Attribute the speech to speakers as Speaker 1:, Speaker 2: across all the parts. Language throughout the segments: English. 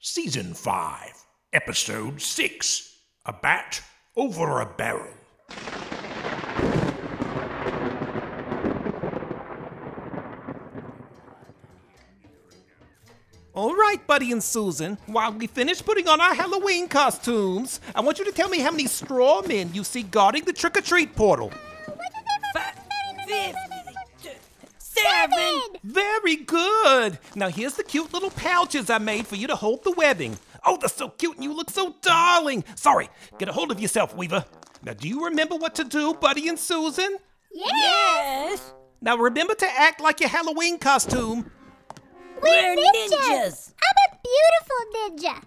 Speaker 1: Season 5, Episode 6 A Bat Over a Barrel.
Speaker 2: All right, Buddy and Susan, while we finish putting on our Halloween costumes, I want you to tell me how many straw men you see guarding the trick or treat portal.
Speaker 3: Five, fifth, two, seven.
Speaker 2: Very good. Now, here's the cute little pouches I made for you to hold the webbing. Oh, they're so cute and you look so darling. Sorry, get a hold of yourself, Weaver. Now, do you remember what to do, Buddy and Susan?
Speaker 3: Yes,
Speaker 2: Now, remember to act like your Halloween costume.
Speaker 3: we're ninjas.
Speaker 4: ninjas. I'm a beautiful ninja.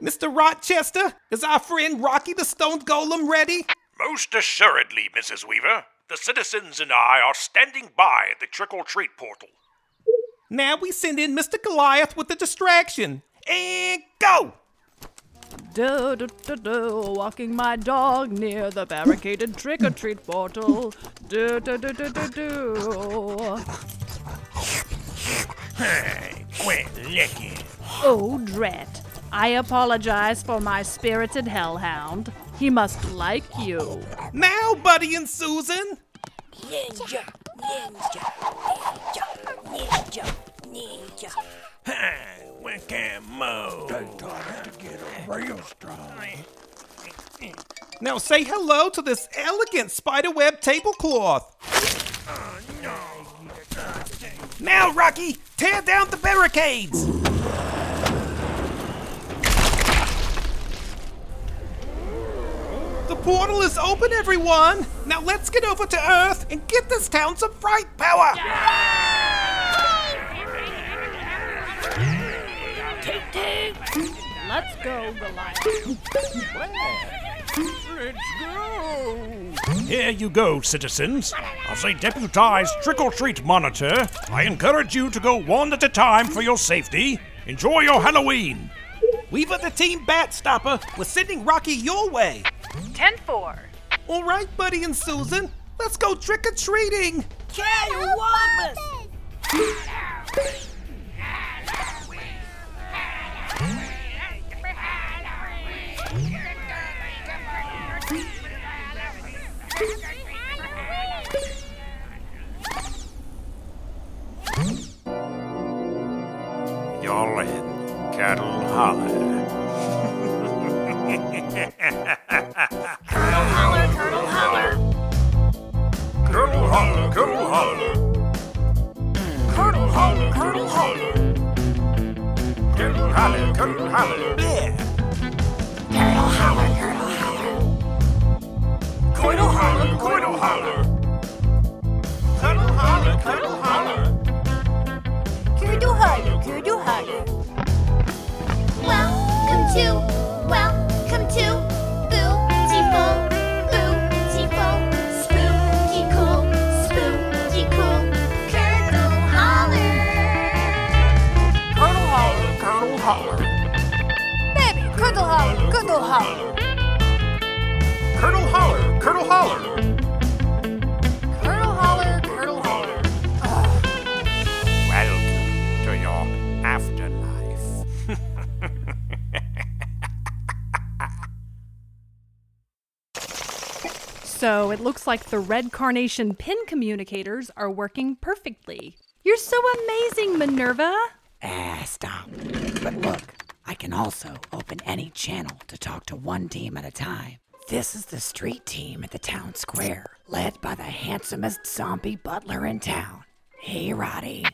Speaker 2: Mr. Rochester, is our friend Rocky the Stone Golem ready?
Speaker 1: Most assuredly, Mrs. Weaver, the citizens and I are standing by at the trick or treat portal.
Speaker 2: Now we send in Mr. Goliath with the distraction. And go!
Speaker 5: Do do do do, walking my dog near the barricaded trick or treat portal. Do do do do do do.
Speaker 1: Quit licking.
Speaker 5: Oh, Dret, I apologize for my spirited hellhound. He must like you.
Speaker 2: Now, Buddy and Susan!
Speaker 3: Ninja, ninja, ninja, ninja, ninja.
Speaker 1: We can't move. to get real strong.
Speaker 2: Now say hello to this elegant spiderweb tablecloth. Now, Rocky, tear down the barricades! The portal is open, everyone! Now let's get over to Earth and get this town some fright power!
Speaker 5: Let's go, Goliath.
Speaker 1: Here you go, citizens. As a deputized trick or treat monitor, I encourage you to go one at a time for your safety. Enjoy your Halloween.
Speaker 2: Weaver the team bat stopper, we're sending Rocky your way!
Speaker 5: 10 4.
Speaker 2: All right, Buddy and Susan, let's go trick or treating!
Speaker 3: Cattywampus.
Speaker 1: Y'all in Cattle Holler. Colonel Holler, Colonel Holler. Colonel Holler, Colonel Holler. Colonel Holler, Colonel Holler. Colonel Holler, Colonel Holler. Colonel Holler, Colonel Holler.
Speaker 3: Kudu higher, kudu higher.
Speaker 4: Welcome to, welcome to Bootiful, Bootiful, Spooky Cool, Spooky Cool, Colonel Holler.
Speaker 3: Colonel Holler, Colonel Holler. Baby, Colonel Holler, Colonel Holler.
Speaker 1: Colonel Holler, Colonel Holler.
Speaker 3: Colonel Holler, Colonel Holler.
Speaker 1: Welcome to your afterlife.
Speaker 5: So it looks like the red carnation pin communicators are working perfectly. You're so amazing, Minerva.
Speaker 6: Ah, stop. But look, I can also open any channel to talk to one team at a time. This is the street team at the town square, led by the handsomest zombie butler in town. Hey, Roddy.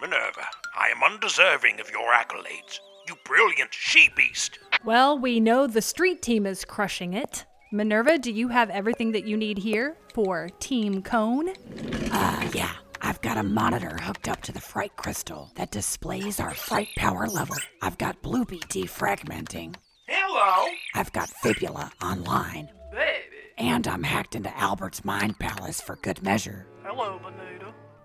Speaker 1: Minerva, I am undeserving of your accolades. You brilliant she beast.
Speaker 5: Well, we know the street team is crushing it. Minerva, do you have everything that you need here for Team Cone?
Speaker 6: Uh, yeah, I've got a monitor hooked up to the fright crystal that displays our fright power level. I've got Bloopy defragmenting.
Speaker 1: Hello.
Speaker 6: I've got Fibula online. Baby. And I'm hacked into Albert's mind palace for good measure.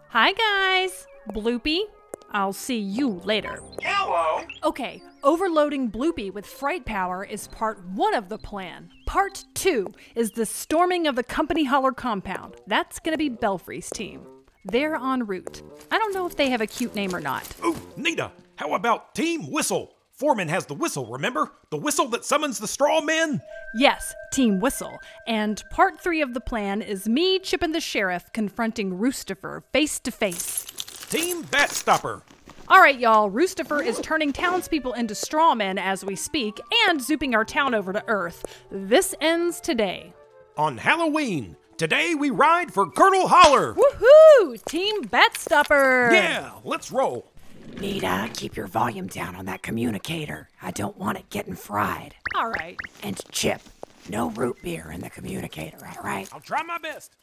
Speaker 5: Hi, guys. Bloopy, I'll see you later.
Speaker 1: Hello.
Speaker 5: Okay, overloading Bloopy with fright power is part one of the plan. Part two is the storming of the Company Holler compound. That's gonna be Belfry's team. They're en route. I don't know if they have a cute name or not.
Speaker 1: Ooh, Nita, how about Team Whistle?
Speaker 2: Foreman has the whistle, remember? The whistle that summons the straw men?
Speaker 5: Yes, Team Whistle. And part three of the plan is me, Chip, and the Sheriff confronting Roostifer face to face.
Speaker 2: Team Bat Stopper.
Speaker 5: All right, y'all, Roostifer is turning townspeople into straw men as we speak and zooping our town over to Earth. This ends today.
Speaker 2: On Halloween, today we ride for Colonel Holler.
Speaker 5: Woohoo! Team Bat Stopper!
Speaker 2: Yeah, let's roll.
Speaker 6: Nita, keep your volume down on that communicator. I don't want it getting fried.
Speaker 5: All right.
Speaker 6: And Chip, no root beer in the communicator, all right?
Speaker 2: I'll try my best.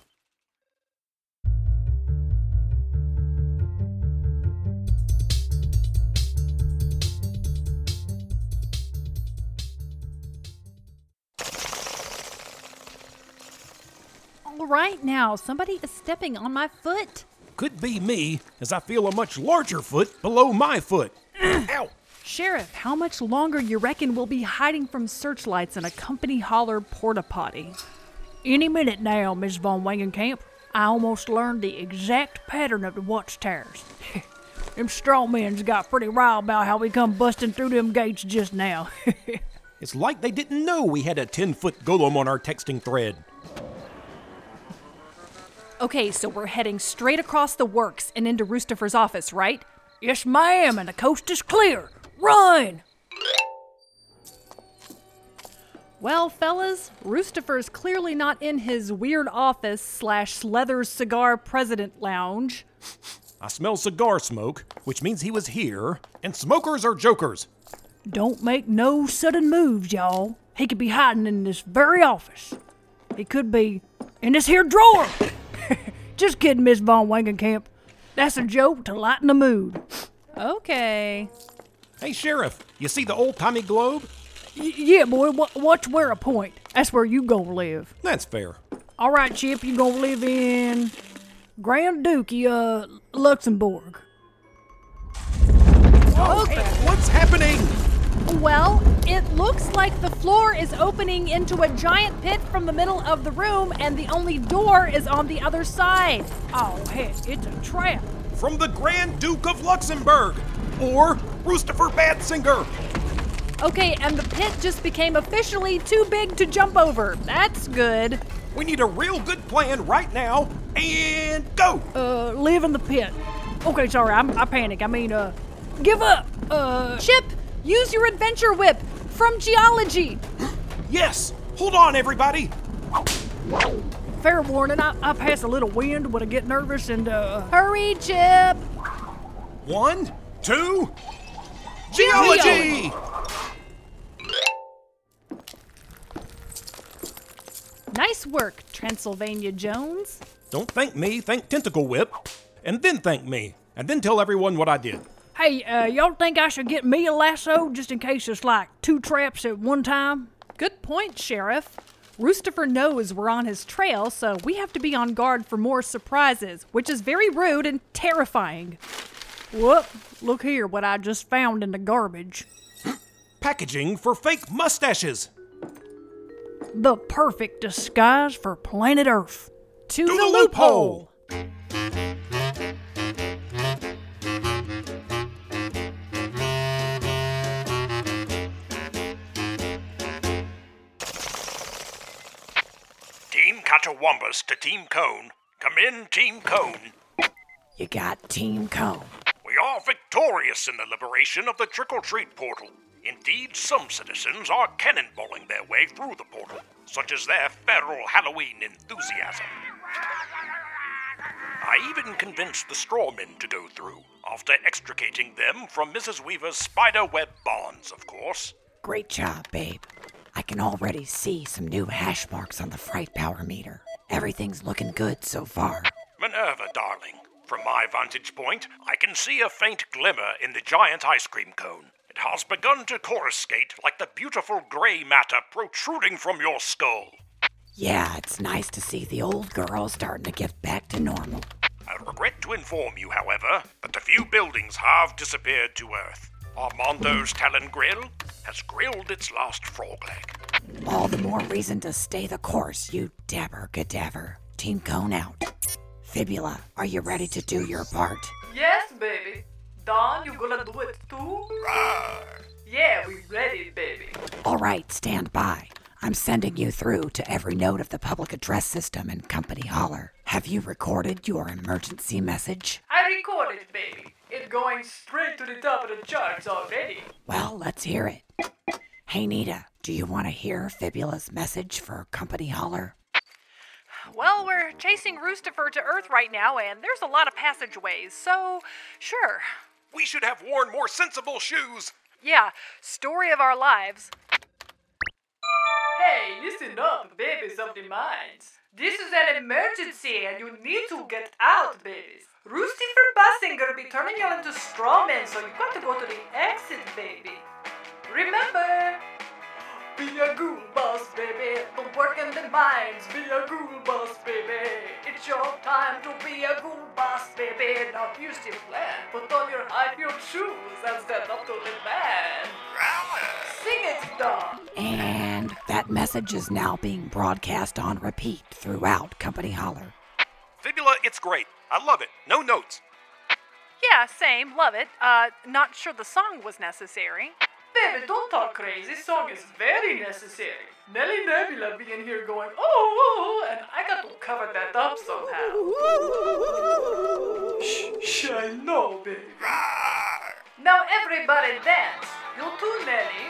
Speaker 5: All right, now, somebody is stepping on my foot.
Speaker 2: Could be me, as I feel a much larger foot below my foot. Ow!
Speaker 5: Sheriff, how much longer you reckon we'll be hiding from searchlights in a company holler porta potty?
Speaker 7: Any minute now, Miss Von Wangenkamp. I almost learned the exact pattern of the watchtowers. them straw men's got pretty riled about how we come busting through them gates just now.
Speaker 2: It's like they didn't know we had a 10 foot golem on our texting thread.
Speaker 5: Okay, so we're heading straight across the works and into Roostifer's office, right?
Speaker 7: yes, ma'am, and the coast is clear. Run!
Speaker 5: Well, fellas, Roostifer's clearly not in his weird office slash Sleathers Cigar President Lounge.
Speaker 2: I smell cigar smoke, which means he was here, and smokers are jokers.
Speaker 7: Don't make no sudden moves, y'all. He could be hiding in this very office. He could be in this here drawer. Just kidding, Miss Von Wangenkamp. That's a joke to lighten the mood.
Speaker 5: Okay.
Speaker 2: Hey, Sheriff, you see the old timey globe?
Speaker 7: Y- yeah, boy, wha- what's where a point? That's where you gonna live.
Speaker 2: That's fair.
Speaker 7: All right, Chip, you gonna live in Grand Duchy, uh, Luxembourg.
Speaker 2: What's happening?
Speaker 5: Well, it looks like the floor is opening into a giant pit from the middle of the room, and the only door is on the other side.
Speaker 7: Oh, heck, it's a trap.
Speaker 2: From the Grand Duke of Luxembourg, or Roostifer Badsinger.
Speaker 5: Okay, and the pit just became officially too big to jump over. That's good.
Speaker 2: We need a real good plan right now, and go!
Speaker 7: Uh, live in the pit. Okay, sorry, I'm, I panic. I mean, uh, give up. Uh,
Speaker 5: Chip, use your adventure whip from geology.
Speaker 2: yes! Hold on, everybody!
Speaker 7: fair warning, I, I pass a little wind when I get nervous and, uh,
Speaker 5: Hurry, Chip.
Speaker 2: One, two, geology!
Speaker 5: Nice work, Transylvania Jones.
Speaker 2: Don't thank me, thank Tentacle Whip. And then thank me. And then tell everyone what I did.
Speaker 7: hey, uh, y'all think I should get me a lasso just in case it's like two traps at one time?
Speaker 5: Good point, Sheriff. Roostifer knows we're on his trail, so we have to be on guard for more surprises, which is very rude and terrifying.
Speaker 7: Whoop, look here what I just found in the garbage.
Speaker 2: Packaging for fake mustaches.
Speaker 7: The perfect disguise for planet Earth.
Speaker 5: To
Speaker 2: the loophole.
Speaker 1: Team Catawampus to Team Cone. Come in, Team Cone.
Speaker 6: You got Team Cone.
Speaker 1: We are victorious in the liberation of the trick or treat portal. Indeed, some citizens are cannonballing their way through the portal, such as their feral Halloween enthusiasm. I even convinced the straw men to go through, after extricating them from Mrs. Weaver's spider web bonds, of course.
Speaker 6: Great job, babe. I can already see some new hash marks on the fright power meter. Everything's looking good so far.
Speaker 1: Minerva, darling. From my vantage point, I can see a faint glimmer in the giant ice cream cone. It has begun to coruscate like the beautiful gray matter protruding from your skull.
Speaker 6: Yeah, it's nice to see the old girl starting to get back to normal.
Speaker 1: I regret to inform you, however, that a few buildings have disappeared to Earth. Armando's Talon Grill has grilled its last frog leg.
Speaker 6: All the more reason to stay the course, you dabber cadaver. Team Cone out. Fibula, are you ready to do your part?
Speaker 8: Yes, baby. Don, you gonna do it too? Yeah,
Speaker 6: right, stand by. I'm sending you through to every node of the public address system in Company Holler. Have you recorded your emergency message?
Speaker 8: I recorded, baby. It's going straight to the top of the charts already.
Speaker 6: Well, let's hear it. Hey, Nita, do you want to hear Fibula's message for Company Holler?
Speaker 5: Well, we're chasing Roostifer to Earth right now, and there's a lot of passageways, so sure.
Speaker 1: We should have worn more sensible shoes.
Speaker 5: Yeah, story of our lives.
Speaker 8: Hey, listen up, babies of the mines. This is an emergency and you need to get out, babies. Roosty for busing gonna be turning you into straw men, so you got to go to the exit, baby. Remember, be a goon boss, baby. Don't work in the mines, be a goon boss, baby. It's your time to be a goon boss, baby. Now here's the plan. Put on your high-heeled shoes and stand up to the man. Sing it, dog.
Speaker 6: And that message is now being broadcast on repeat throughout Company Holler.
Speaker 1: Fibula, it's great. I love it. No notes.
Speaker 5: Yeah, same, love it. Uh, not sure the song was necessary.
Speaker 8: Baby, don't talk crazy. Song is very necessary. Nelly Nebula be in here going, oh, and I got to cover that up somehow. shh, shh, I know, baby. now everybody dance. You too, Nelly.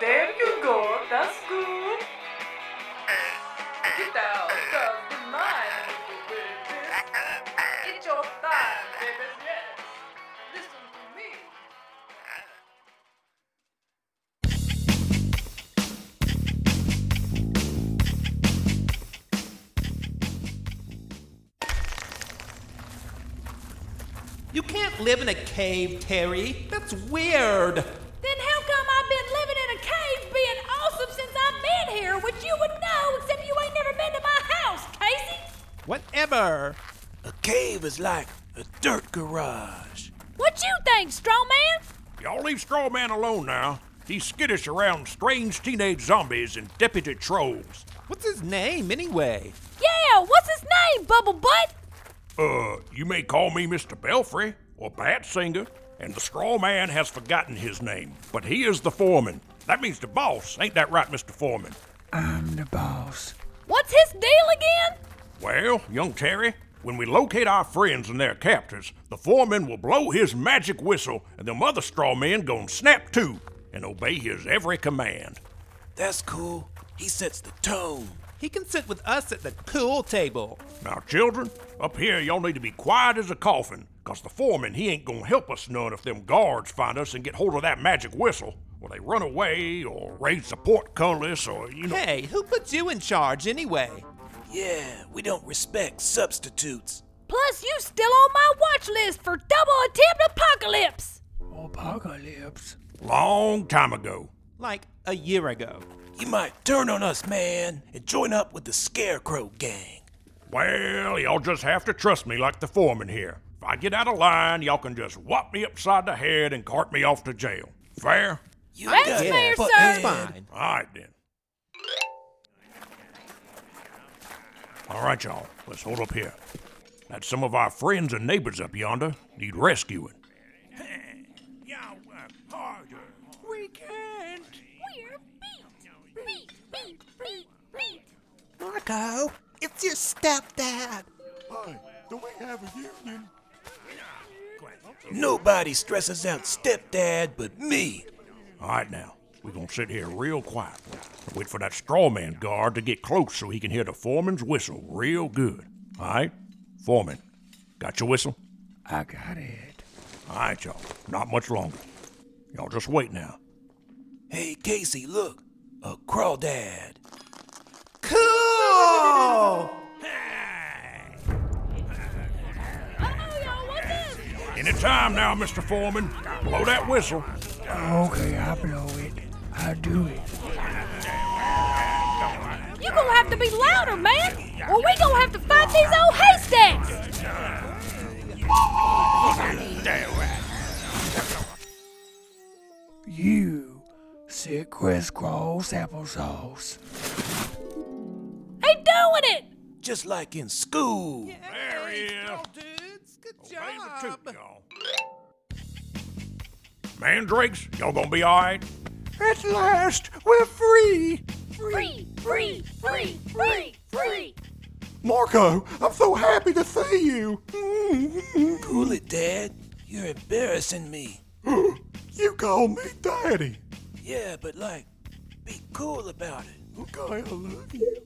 Speaker 8: There you go. That's good. Get out of the mind, baby. It's your time, baby. Yes. Listen to me.
Speaker 2: You can't live in a cave, Terry. That's weird.
Speaker 9: Then how come I've been living in a cave being awesome since I've been here, which you would know except you ain't never been to my house, Casey?
Speaker 2: Whatever.
Speaker 10: A cave is like a dirt garage.
Speaker 9: What you think, strong man?
Speaker 1: Y'all leave Straw Man alone now. He's skittish around strange teenage zombies and deputy trolls.
Speaker 2: What's his name, anyway?
Speaker 9: Yeah, what's his name, Bubble Butt?
Speaker 1: Uh, you may call me Mr. Belfry or Bat Singer, and the Straw Man has forgotten his name, but he is the foreman. That means the boss. Ain't that right, Mr. Foreman?
Speaker 6: I'm the boss.
Speaker 9: What's his deal again?
Speaker 1: Well, young Terry, when we locate our friends and their captors, the foreman will blow his magic whistle, and them other straw men gon' snap to and obey his every command.
Speaker 10: That's cool. He sets the tone.
Speaker 2: He can sit with us at the cool table.
Speaker 1: Now, children, up here y'all need to be quiet as a coffin, 'cause the foreman he ain't gonna help us none if them guards find us and get hold of that magic whistle. Well, they run away or raid the portcullis or, you know.
Speaker 2: Hey, who put you in charge, anyway?
Speaker 10: Yeah, we don't respect substitutes.
Speaker 9: Plus, you still on my watch list for double attempt apocalypse.
Speaker 10: Apocalypse.
Speaker 1: Long time ago.
Speaker 2: Like a year ago.
Speaker 10: You might turn on us, man, and join up with the Scarecrow Gang.
Speaker 1: Well, y'all just have to trust me like the foreman here. If I get out of line, y'all can just whop me upside the head and cart me off to jail. Fair?
Speaker 10: You
Speaker 9: That's
Speaker 10: got
Speaker 9: fair,
Speaker 10: butt-
Speaker 9: sir.
Speaker 2: That's fine.
Speaker 1: All right, then. All right, y'all. Let's hold up here. That's some of our friends and neighbors up yonder need rescuing. Y'all work harder. We can't.
Speaker 9: We're beat, beat, beat, beat, beat.
Speaker 11: Marco, it's your stepdad.
Speaker 10: Why? Do we have a union? Nobody stresses out stepdad but me.
Speaker 1: All right, now. We're going to sit here real quiet. and Wait for that straw man guard to get close so he can hear the foreman's whistle real good. All right? Foreman, got your whistle?
Speaker 6: I got it.
Speaker 1: All right, y'all. Not much longer. Y'all just wait now.
Speaker 10: Hey, Casey, look. A crawdad.
Speaker 2: Cool!
Speaker 9: Uh-oh, y'all, what's this?
Speaker 1: Any time now, Mr. Foreman. Blow that whistle.
Speaker 10: Okay, I blow it. I do it.
Speaker 9: You gonna have to be louder, man, or we gonna have to fight these old haystacks.
Speaker 10: You sit crisscross applesauce.
Speaker 9: They doing it.
Speaker 10: Just like in school.
Speaker 1: There he is.
Speaker 10: Oh,
Speaker 2: dudes. Good
Speaker 1: Raise it to
Speaker 2: job.
Speaker 1: y'all. Mandrakes, y'all gonna be alright?
Speaker 12: At last, we're free!
Speaker 9: Free, free, free, free, free.
Speaker 12: Marco, I'm so happy to see you! Mm-hmm.
Speaker 10: Cool it, Dad. You're embarrassing me.
Speaker 12: You call me Daddy.
Speaker 10: Yeah, but like, be cool about it.
Speaker 12: Okay, I love
Speaker 10: you.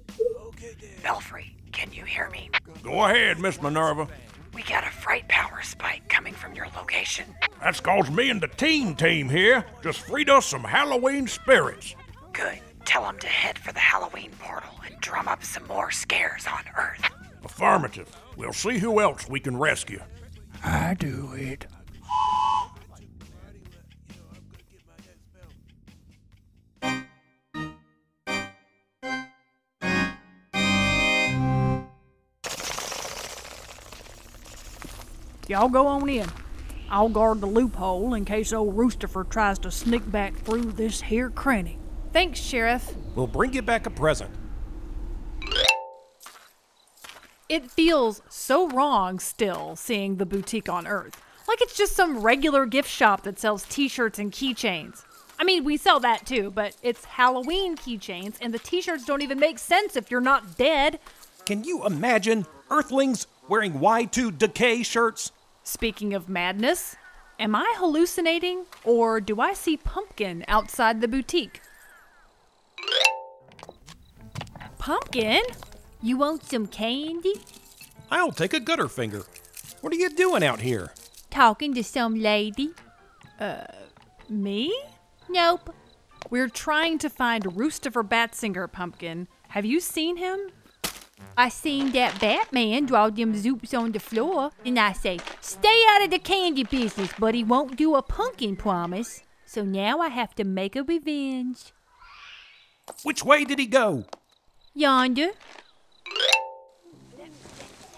Speaker 6: Belfry, can you hear me?
Speaker 1: Go ahead, Miss Minerva.
Speaker 6: We got a fright power spike coming from your location.
Speaker 1: That's cause me and the teen team here just freed us some Halloween spirits.
Speaker 6: Good. Tell them to head for the Halloween portal and drum up some more scares on Earth.
Speaker 1: Affirmative. We'll see who else we can rescue.
Speaker 11: I do it.
Speaker 7: Y'all go on in. I'll guard the loophole in case old Roosterford tries to sneak back through this here cranny.
Speaker 5: Thanks, Sheriff.
Speaker 2: We'll bring you back a present.
Speaker 5: It feels so wrong still seeing the boutique on Earth. Like it's just some regular gift shop that sells t shirts and keychains. I mean, we sell that too, but it's Halloween keychains, and the t shirts don't even make sense if you're not dead.
Speaker 2: Can you imagine Earthlings wearing Y2 Decay shirts?
Speaker 5: Speaking of madness, am I hallucinating or do I see Pumpkin outside the boutique? Pumpkin? You want some candy?
Speaker 2: I'll take a gutter finger. What are you doing out here?
Speaker 9: Talking to some lady.
Speaker 5: Uh, me?
Speaker 9: Nope.
Speaker 5: We're trying to find Roostifer Batsinger, Pumpkin. Have you seen him?
Speaker 9: I seen that Batman draw them zoops on the floor, and I say, stay out of the candy business, but he won't do a pumpkin promise. So now I have to make a revenge.
Speaker 2: Which way did he go?
Speaker 9: Yonder.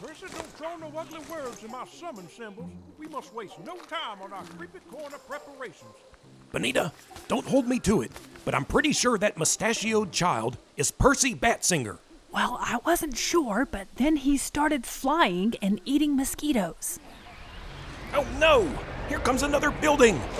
Speaker 1: Percy, don't throw no ugly words in my summon symbols. We must waste no time on our creepy corner preparations.
Speaker 2: Benita, don't hold me to it, but I'm pretty sure that mustachioed child is Percy Batsinger.
Speaker 5: Well, I wasn't sure, but then he started flying and eating mosquitoes.
Speaker 2: Oh no! Here comes another building!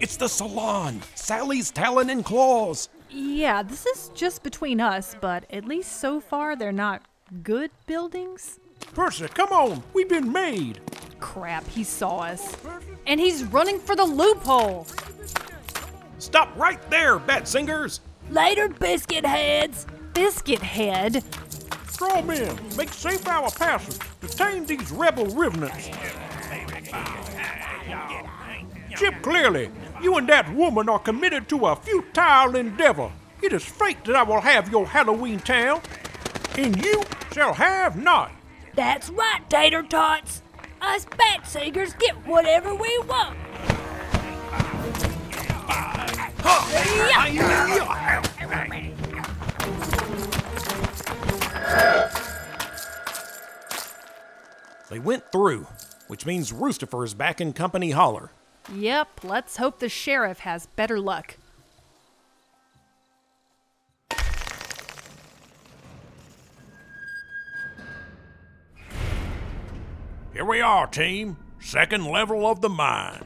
Speaker 2: it's the salon! Sally's Talon and Claws!
Speaker 5: Yeah, this is just between us, but at least so far they're not good buildings.
Speaker 1: Percy, come on! We've been made!
Speaker 5: Crap, he saw us. And he's running for the loophole!
Speaker 2: Stop right there, bat singers!
Speaker 9: Later, biscuit heads!
Speaker 5: Biscuit head?
Speaker 1: Straw men, make safe our passage. Detain these rebel revenants. Chip clearly, you and that woman are committed to a futile endeavor. It is fate that I will have your Halloween town, and you shall have not.
Speaker 9: That's right, Tater Tots! Us bat seekers get whatever we want!
Speaker 2: They went through, which means Roostifer is back in Company Holler.
Speaker 5: Yep, let's hope the sheriff has better luck.
Speaker 1: Here we are, team. Second level of the mine.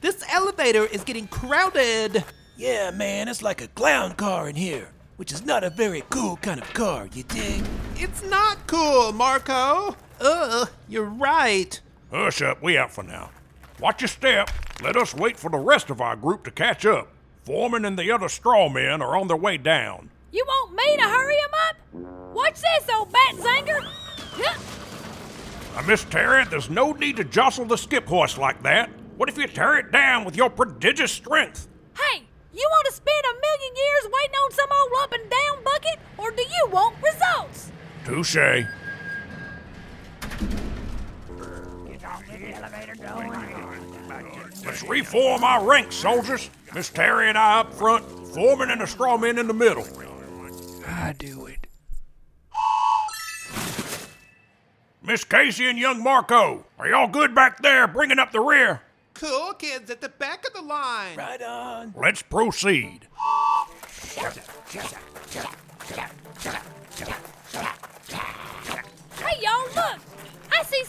Speaker 11: This elevator is getting crowded.
Speaker 10: Yeah, man, it's like a clown car in here, which is not a very cool kind of car, you dig?
Speaker 11: It's not cool, Marco. Ugh, you're right.
Speaker 1: Hush up, we out for now. Watch your step. Let us wait for the rest of our group to catch up. Foreman and the other straw men are on their way down.
Speaker 9: You want me to hurry 'em up? Watch this, old bat singer!
Speaker 1: Now, Miss Tarrant, there's no need to jostle the skip horse like that. What if you tear it down with your prodigious strength?
Speaker 9: Hey, you want to spend a million years waiting on some old up and down bucket, or do you want results?
Speaker 1: Touche. Let's reform our ranks, soldiers. Miss Terry and I up front, Foreman and the straw men in the middle.
Speaker 11: I do it.
Speaker 1: Miss Casey and young Marco, are y'all good back there bringing up the rear?
Speaker 11: Cool kids at the back of the line.
Speaker 10: Right on.
Speaker 1: Let's proceed.
Speaker 9: Hey, y'all, look! I see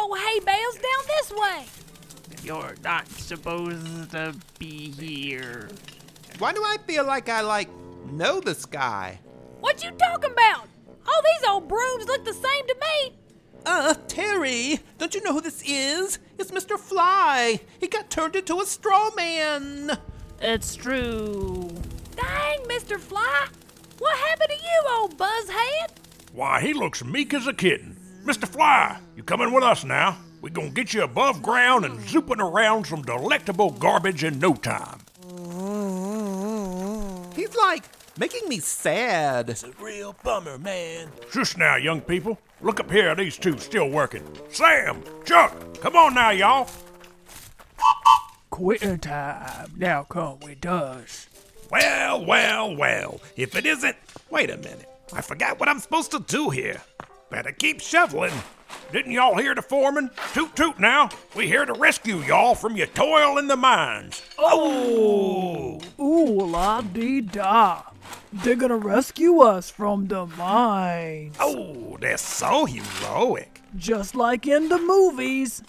Speaker 9: old hay bales down this way.
Speaker 13: You're not supposed to be here.
Speaker 11: Why do I feel like I, like, know this guy?
Speaker 9: What you talking about? All these old brooms look the same to me.
Speaker 2: Uh, Terry, don't you know who this is? It's Mr. Fly. He got turned into a straw man.
Speaker 13: It's true.
Speaker 9: Dang, Mr. Fly. What happened to you, old buzzhead?
Speaker 1: Why, he looks meek as a kitten. Mr. Fly, you coming with us now? We gonna get you above ground and zooping around some delectable garbage in no time.
Speaker 2: He's like making me sad.
Speaker 10: It's a real bummer, man.
Speaker 1: Just now, young people. Look up here, these two still working. Sam, Chuck, come on now, y'all.
Speaker 13: Quitting
Speaker 7: Uh,
Speaker 13: time. Now come with us.
Speaker 2: Well, well, well. If it isn't. Wait a minute. I forgot what I'm supposed to do here.
Speaker 1: Better keep shoveling. Didn't y'all hear the foreman? Toot toot now. We here to rescue y'all from your toil in the mines.
Speaker 7: Oh! Ooh, la dee da. They're gonna rescue us from the mines.
Speaker 2: Oh, they're so heroic.
Speaker 7: Just like in the movies.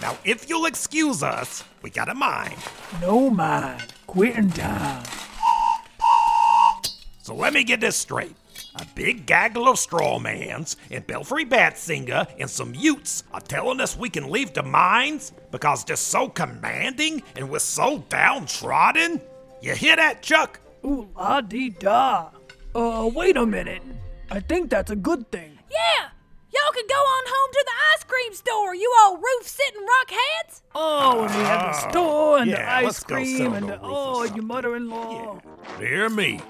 Speaker 2: Now, if you'll excuse us, we got a mine.
Speaker 7: No mine. Quitting time.
Speaker 2: So let me get this straight. A big gaggle of strawmans and Belfry Batsinger and some Utes are telling us we can leave the mines because they're so commanding and we're so downtrodden. You hear that, Chuck?
Speaker 7: Ooh la dee da. Uh, wait a minute. I think that's a good thing.
Speaker 9: Yeah! Y'all can go on home to the ice cream store, you old roof sitting rockheads!
Speaker 7: Oh, and we have the store and yeah, the ice cream and the, oh, your mother in law.
Speaker 1: Yeah. Dear me,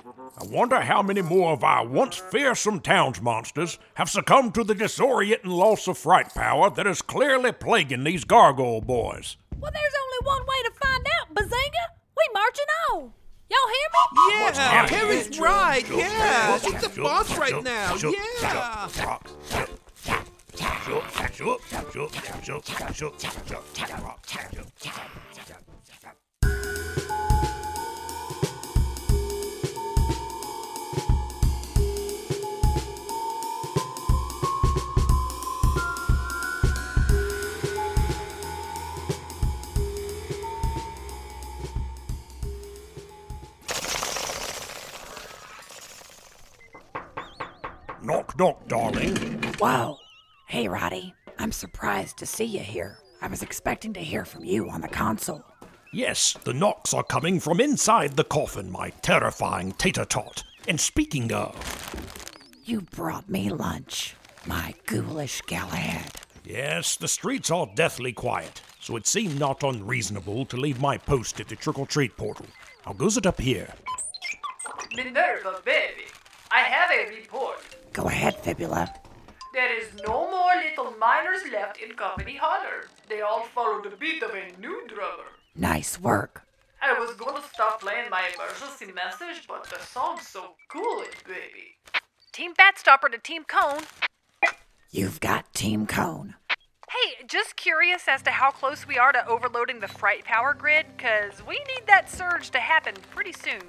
Speaker 1: I wonder how many more of our once fearsome towns monsters have succumbed to the disorienting loss of fright power that is clearly plaguing these gargoyle boys.
Speaker 9: Well, there's only one way to find out, Bazinga. We marching on. Y'all hear
Speaker 11: me? Yeah, Terry's right. Yeah, she's the boss right now. Yeah.
Speaker 1: Knock, knock, darling.
Speaker 6: Whoa. Hey, Roddy. I'm surprised to see you here. I was expecting to hear from you on the console.
Speaker 1: Yes, the knocks are coming from inside the coffin, my terrifying tater tot. And speaking of.
Speaker 6: You brought me lunch, my ghoulish Galahad.
Speaker 1: Yes, the streets are deathly quiet, so it seemed not unreasonable to leave my post at the trick or treat portal. How goes it up here?
Speaker 8: Minerva, baby, I have a report.
Speaker 6: Go ahead, Fibula.
Speaker 8: There is no more little miners left in Company Holler. They all follow the beat of a new drummer.
Speaker 6: Nice work.
Speaker 8: I was gonna stop playing my emergency message, but the song's so cool, baby.
Speaker 5: Team Batstopper to Team Cone.
Speaker 6: You've got Team Cone.
Speaker 5: Hey, just curious as to how close we are to overloading the fright power grid, because we need that surge to happen pretty soon.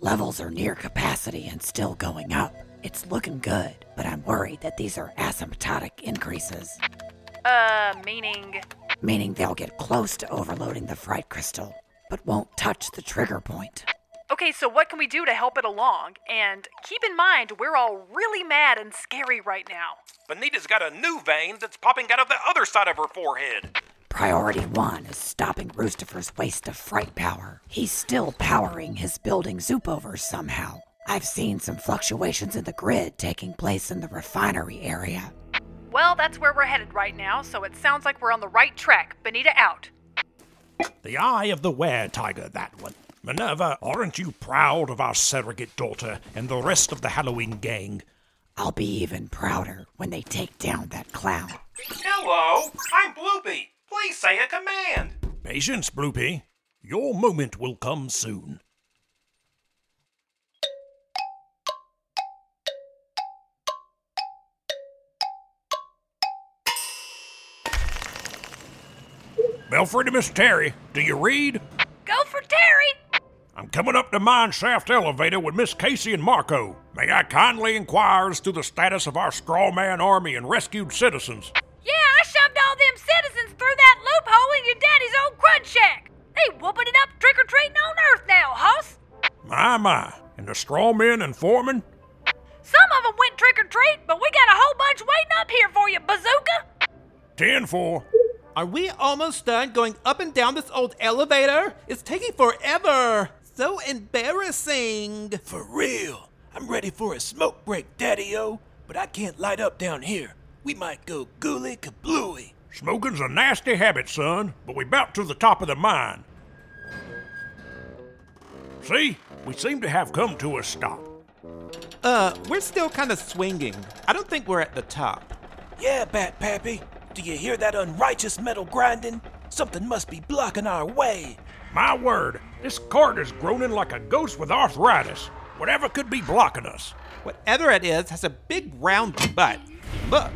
Speaker 6: Levels are near capacity and still going up. It's looking good, but I'm worried that these are asymptotic increases.
Speaker 5: Uh, meaning?
Speaker 6: Meaning they'll get close to overloading the fright crystal, but won't touch the trigger point.
Speaker 5: Okay, so what can we do to help it along? And keep in mind, we're all really mad and scary right now.
Speaker 2: Benita's got a new vein that's popping out of the other side of her forehead.
Speaker 6: Priority one is stopping Roostifer's waste of fright power. He's still powering his building Zoopover somehow, I've seen some fluctuations in the grid taking place in the refinery area.
Speaker 5: Well, that's where we're headed right now, so it sounds like we're on the right track. Benita out.
Speaker 1: The eye of the were tiger, that one. Minerva, aren't you proud of our surrogate daughter and the rest of the Halloween gang?
Speaker 6: I'll be even prouder when they take down that clown.
Speaker 14: Hello, I'm Bloopy. Please say a command.
Speaker 1: Patience, Bloopy. Your moment will come soon. Belfry to Miss Terry, do you read?
Speaker 9: Go for Terry!
Speaker 1: I'm coming up the mine shaft elevator with Miss Casey and Marco. May I kindly inquire as to the status of our straw man army and rescued citizens?
Speaker 9: Yeah, I shoved all
Speaker 7: all in your daddy's old crud shack. They whooping it up trick or treating on Earth now, hoss.
Speaker 1: My, my. And the straw men and foremen?
Speaker 7: Some of them went trick or treat, but we got a whole bunch waiting up here for you, bazooka.
Speaker 1: Ten four.
Speaker 2: Are we almost done going up and down this old elevator? It's taking forever. So embarrassing.
Speaker 10: For real. I'm ready for a smoke break, Daddy O, but I can't light up down here. We might go gooly kablooey.
Speaker 1: Smoking's a nasty habit, son, but we bout to the top of the mine. See? We seem to have come to a stop.
Speaker 2: Uh, we're still kind of swinging. I don't think we're at the top.
Speaker 10: Yeah, Bat Pappy. Do you hear that unrighteous metal grinding? Something must be blocking our way.
Speaker 1: My word, this cart is groaning like a ghost with arthritis. Whatever could be blocking us.
Speaker 2: Whatever it is has a big round butt. Look,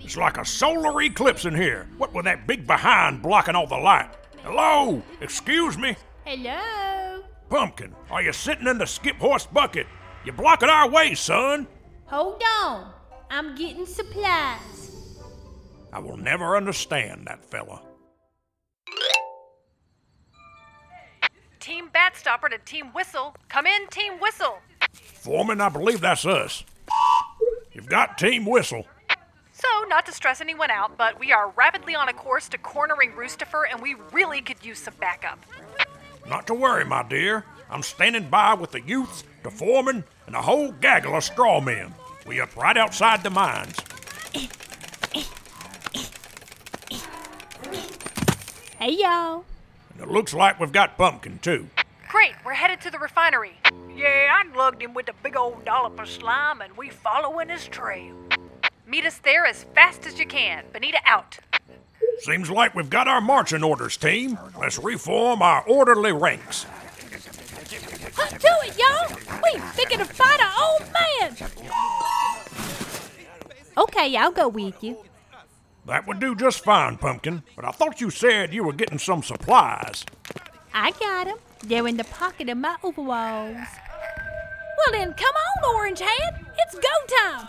Speaker 1: It's like a solar eclipse in here. What with that big behind blocking all the light? Hello? Excuse me?
Speaker 9: Hello?
Speaker 1: Pumpkin, are you sitting in the skip horse bucket? You're blocking our way, son.
Speaker 9: Hold on. I'm getting supplies.
Speaker 1: I will never understand that fella.
Speaker 7: Team Batstopper to Team Whistle. Come in, Team Whistle.
Speaker 1: Foreman, I believe that's us. You've got Team Whistle.
Speaker 7: So, not to stress anyone out, but we are rapidly on a course to cornering Roostifer, and we really could use some backup.
Speaker 1: Not to worry, my dear. I'm standing by with the youths, the foreman, and a whole gaggle of straw men. We up right outside the mines.
Speaker 9: Hey, y'all.
Speaker 1: And it looks like we've got Pumpkin, too.
Speaker 7: Great, we're headed to the refinery. Yeah, I lugged him with a big old dollop of slime, and we following his trail. Meet us there as fast as you can. Benita out.
Speaker 1: Seems like we've got our marching orders, team. Let's reform our orderly ranks.
Speaker 9: Up to it, y'all! We thinking to fight an old man! Okay, I'll go with you.
Speaker 1: That would do just fine, Pumpkin, but I thought you said you were getting some supplies.
Speaker 9: I got 'em. They're in the pocket of my overalls. Well, then, come on, Orange Head. It's go time.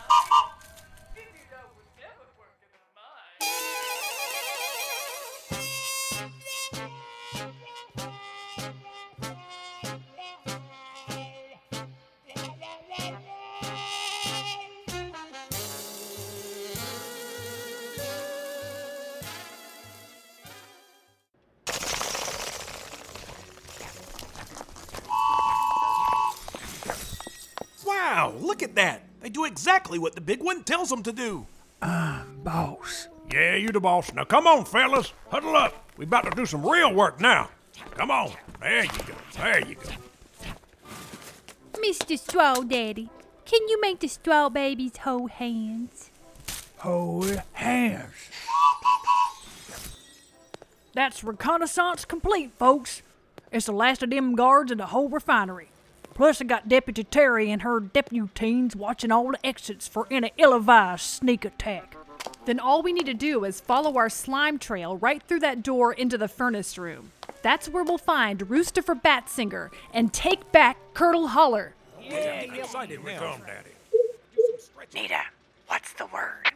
Speaker 10: Wow, look at that. They do exactly what the big one tells them to do.
Speaker 1: Boss. Yeah, you the boss. Now come on, fellas. Huddle up. We about to do some real work now. Come on. There you go. There you go.
Speaker 9: Mr. Straw Daddy, can you make the straw babies hold hands?
Speaker 10: Hold hands.
Speaker 7: That's reconnaissance complete, folks. It's the last of them guards in the whole refinery. Plus, I got Deputy Terry and her deputines watching all the exits for any ill-advised sneak attack.
Speaker 5: Then all we need to do is follow our slime trail right through that door into the furnace room. That's where we'll find Roostifer Batsinger and take back Curdle Holler.
Speaker 1: Excited we come, Daddy.
Speaker 6: Nita, what's the word?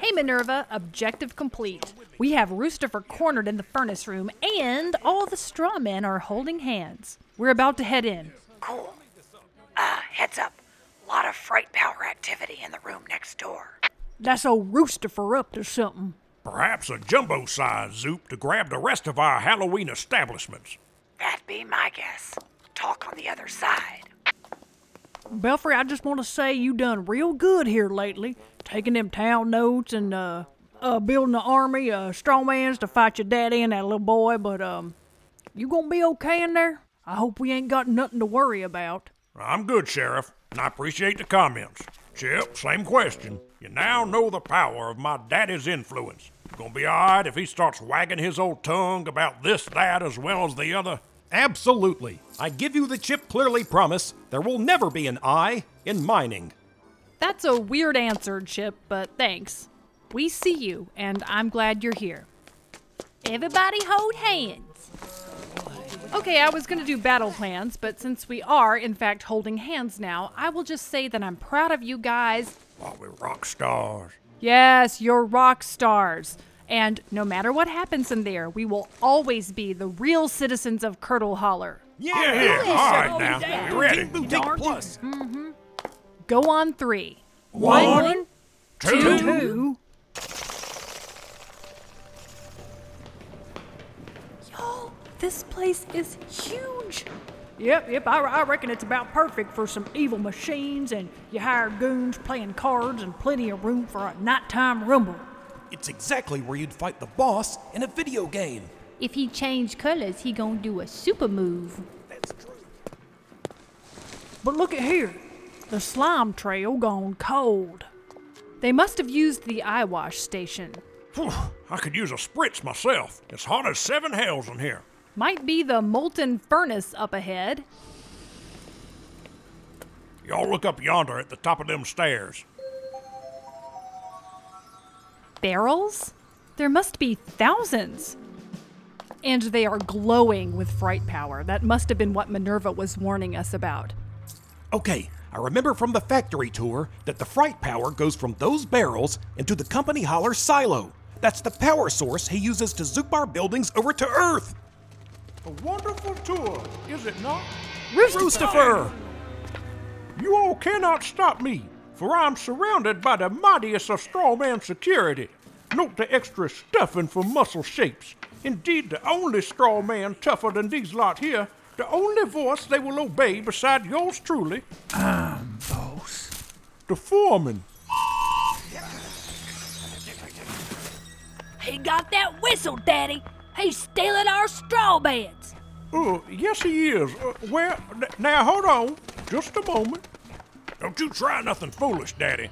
Speaker 5: Hey Minerva, objective complete. We have Roostifer cornered in the furnace room, and all the straw men are holding hands. We're about to head in.
Speaker 6: Cool. Uh, heads up. Lot of fright power activity in the room next door.
Speaker 7: That's old Roostifer up to something.
Speaker 1: Perhaps a jumbo sized zoop to grab the rest of our Halloween establishments.
Speaker 6: That'd be my guess. Talk on the other side.
Speaker 7: Belfry, I just want to say you done real good here lately, taking them town notes and uh, uh building the army, uh, strongmans to fight your daddy and that little boy. But um, you gonna be okay in there? I hope we ain't got nothing to worry about.
Speaker 1: I'm good, Sheriff, and I appreciate the comments. Chip, same question. You now know the power of my daddy's influence. You gonna be alright if he starts wagging his old tongue about this, that, as well as the other?
Speaker 2: Absolutely. I give you the chip clearly promise there will never be an I in mining.
Speaker 5: That's a weird answer, Chip, but thanks. We see you, and I'm glad you're here.
Speaker 9: Everybody hold hands.
Speaker 5: Okay, I was gonna do battle plans, but since we are, in fact, holding hands now, I will just say that I'm proud of you guys.
Speaker 1: Are we rock stars?
Speaker 5: Yes, you're rock stars. And no matter what happens in there, we will always be the real citizens of Curdle Holler.
Speaker 15: Yeah, yeah. All right, now. We're ready.
Speaker 5: Plus. Go on three.
Speaker 15: One, two.
Speaker 5: two, two.
Speaker 7: Yo, this place is huge. Yep, yep, I, I reckon it's about perfect for some evil machines and you hire goons playing cards and plenty of room for a nighttime rumble.
Speaker 2: It's exactly where you'd fight the boss in a video game.
Speaker 9: If he change colors, he gonna do a super move.
Speaker 7: But look at here. The slime trail gone cold.
Speaker 5: They must have used the eye wash station.
Speaker 15: I could use a spritz myself. It's hot as seven hells in here.
Speaker 5: Might be the molten furnace up ahead.
Speaker 15: Y'all look up yonder at the top of them stairs.
Speaker 5: Barrels? There must be thousands. And they are glowing with fright power. That must have been what Minerva was warning us about.
Speaker 16: Okay, I remember from the factory tour that the fright power goes from those barrels into the company holler silo. That's the power source he uses to zoop our buildings over to Earth.
Speaker 17: A wonderful tour, is it not?
Speaker 16: Roostifer!
Speaker 1: You all cannot stop me, for I'm surrounded by the mightiest of strawman security. Note the extra stuffing for muscle shapes. Indeed, the only straw man tougher than these lot here, the only voice they will obey beside yours truly. I'm boss. The foreman.
Speaker 18: He got that whistle, Daddy. He's stealing our straw beds.
Speaker 1: Uh, yes, he is. Uh, well, n- now hold on, just a moment.
Speaker 15: Don't you try nothing foolish, Daddy.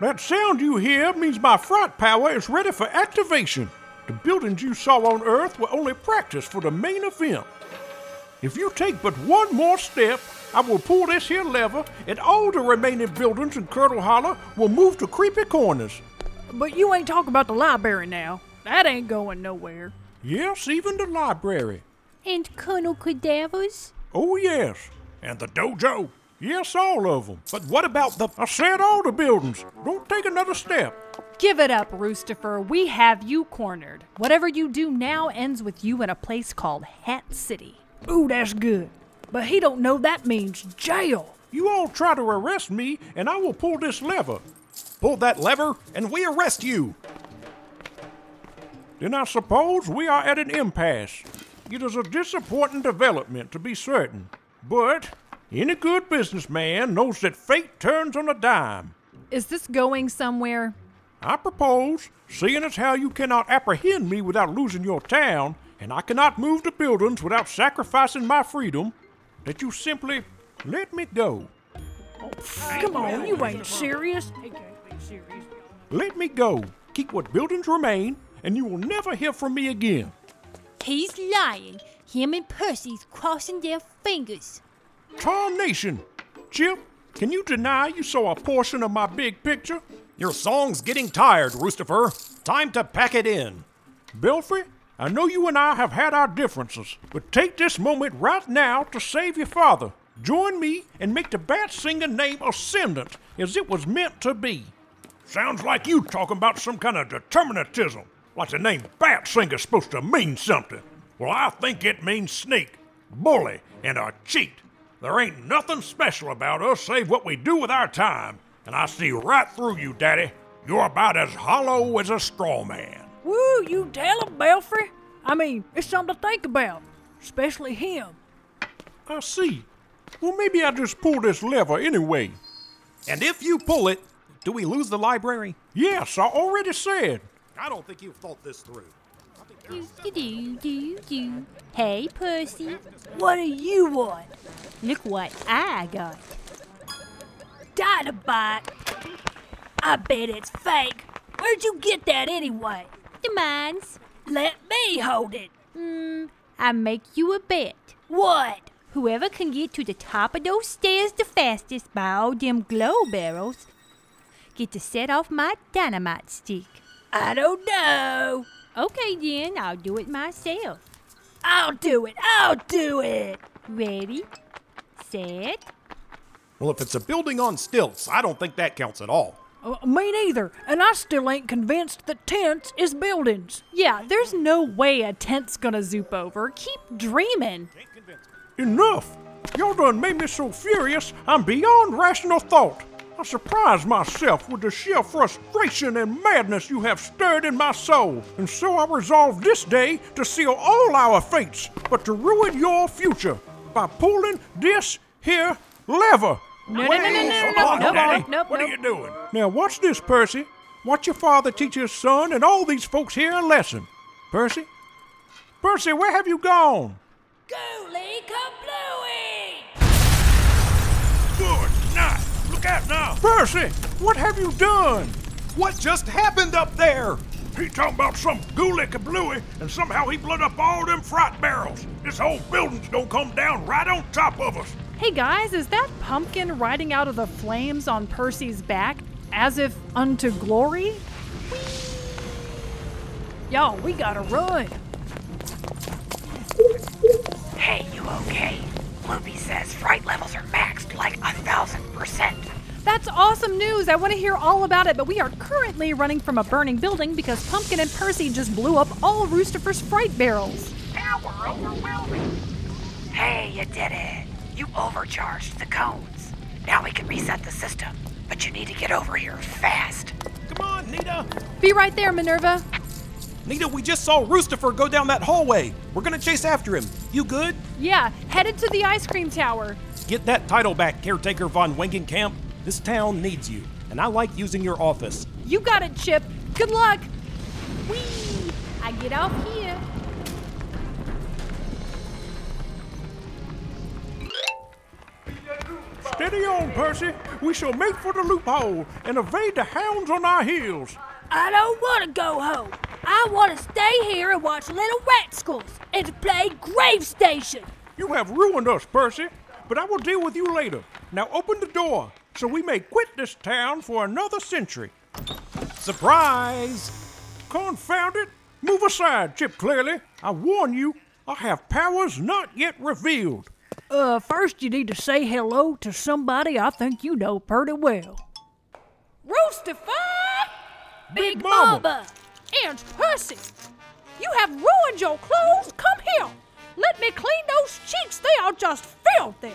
Speaker 1: That sound you hear means my fright power is ready for activation. The buildings you saw on Earth were only practice for the main event. If you take but one more step, I will pull this here lever, and all the remaining buildings in Curdle Hollow will move to creepy corners.
Speaker 7: But you ain't talking about the library now. That ain't going nowhere.
Speaker 1: Yes, even the library.
Speaker 9: And Colonel Cadavers?
Speaker 1: Oh, yes. And the dojo. Yes, all of them. But what about the. I said all the buildings. Don't take another step.
Speaker 5: Give it up, Roostifer. We have you cornered. Whatever you do now ends with you in a place called Hat City.
Speaker 7: Ooh, that's good. But he don't know that means jail.
Speaker 1: You all try to arrest me, and I will pull this lever.
Speaker 16: Pull that lever, and we arrest you.
Speaker 1: Then I suppose we are at an impasse. It is a disappointing development, to be certain. But any good businessman knows that fate turns on a dime.
Speaker 5: Is this going somewhere?
Speaker 1: I propose, seeing as how you cannot apprehend me without losing your town, and I cannot move the buildings without sacrificing my freedom, that you simply let me go.
Speaker 7: Come on, you ain't serious. He can't be serious.
Speaker 1: Let me go. Keep what buildings remain, and you will never hear from me again.
Speaker 9: He's lying. Him and Percy's crossing their fingers.
Speaker 1: Tarnation! Chip, can you deny you saw a portion of my big picture?
Speaker 16: Your song's getting tired, Roostifer. Time to pack it in.
Speaker 1: Belfry, I know you and I have had our differences, but take this moment right now to save your father. Join me and make the Bat Singer name ascendant as it was meant to be.
Speaker 15: Sounds like you talking about some kind of determinatism, like the name Bat Singer's supposed to mean something. Well, I think it means sneak, bully, and a cheat. There ain't nothing special about us save what we do with our time, and I see right through you, Daddy. You're about as hollow as a straw man.
Speaker 7: Woo, you tell him, Belfry. I mean, it's something to think about, especially him.
Speaker 1: I see. Well, maybe I just pull this lever anyway.
Speaker 16: And if you pull it, do we lose the library?
Speaker 1: Yes, I already said.
Speaker 16: I don't think you've thought this through.
Speaker 9: Do, do, do, do, do. Hey, Percy.
Speaker 18: What do you want?
Speaker 9: Look what I got.
Speaker 18: Dinobot? I bet it's fake. Where'd you get that anyway?
Speaker 9: The mines.
Speaker 18: Let me hold it.
Speaker 9: Mm, I make you a bet.
Speaker 18: What?
Speaker 9: Whoever can get to the top of those stairs the fastest by all them glow barrels, get to set off my dynamite stick.
Speaker 18: I don't know.
Speaker 9: Okay, then I'll do it myself.
Speaker 18: I'll do it. I'll do it.
Speaker 9: Ready, set,
Speaker 16: Well, if it's a building on stilts, I don't think that counts at all.
Speaker 7: Uh, me neither, and I still ain't convinced that tents is buildings.
Speaker 5: Yeah, there's no way a tent's gonna zoop over. Keep dreaming.
Speaker 1: Enough! Y'all done made me so furious, I'm beyond rational thought. I surprise myself with the sheer frustration and madness you have stirred in my soul, and so I resolve this day to seal all our fates, but to ruin your future by pulling this here lever.
Speaker 5: No, no, no, no, no, no, no, no, no,
Speaker 1: What are you doing? Now, watch this, Percy. Watch your father teach his son and all these folks here a lesson. Percy? Percy, where have you gone?
Speaker 19: Gooly kablooey!
Speaker 1: Good night! Look out now! Percy, what have you done? What just happened up there? He talking about some gooly kablooey, and somehow he blew up all them fright barrels. This whole building's gonna come down right on top of us.
Speaker 5: Hey guys, is that pumpkin riding out of the flames on Percy's back as if unto glory?
Speaker 7: Y'all, we gotta run.
Speaker 6: Hey, you okay? Loopy says fright levels are maxed like a thousand percent.
Speaker 5: That's awesome news. I want to hear all about it, but we are currently running from a burning building because Pumpkin and Percy just blew up all Roosterfer's fright barrels.
Speaker 6: Power overwhelming. Hey, you did it. You overcharged the cones. Now we can reset the system, but you need to get over here fast.
Speaker 2: Come on, Nita.
Speaker 5: Be right there, Minerva.
Speaker 2: Nita, we just saw Roosterfer go down that hallway. We're gonna chase after him. You good?
Speaker 5: Yeah, headed to the ice cream tower.
Speaker 2: Get that title back, caretaker von Wengenkamp. This town needs you, and I like using your office.
Speaker 5: You got it, Chip. Good luck. Whee! I get off here.
Speaker 1: Steady on, Percy. We shall make for the loophole and evade the hounds on our heels.
Speaker 9: I don't want to go home. I want to stay here and watch Little Rascals and to play Grave Station.
Speaker 1: You have ruined us, Percy, but I will deal with you later. Now open the door so we may quit this town for another century. Surprise! Confound it! Move aside, Chip Clearly. I warn you, I have powers not yet revealed.
Speaker 7: Uh, first you need to say hello to somebody I think you know pretty well.
Speaker 9: Roosterfire, Big, Mama. and Percy. You have ruined your clothes. Come here. Let me clean those cheeks. They are just filthy.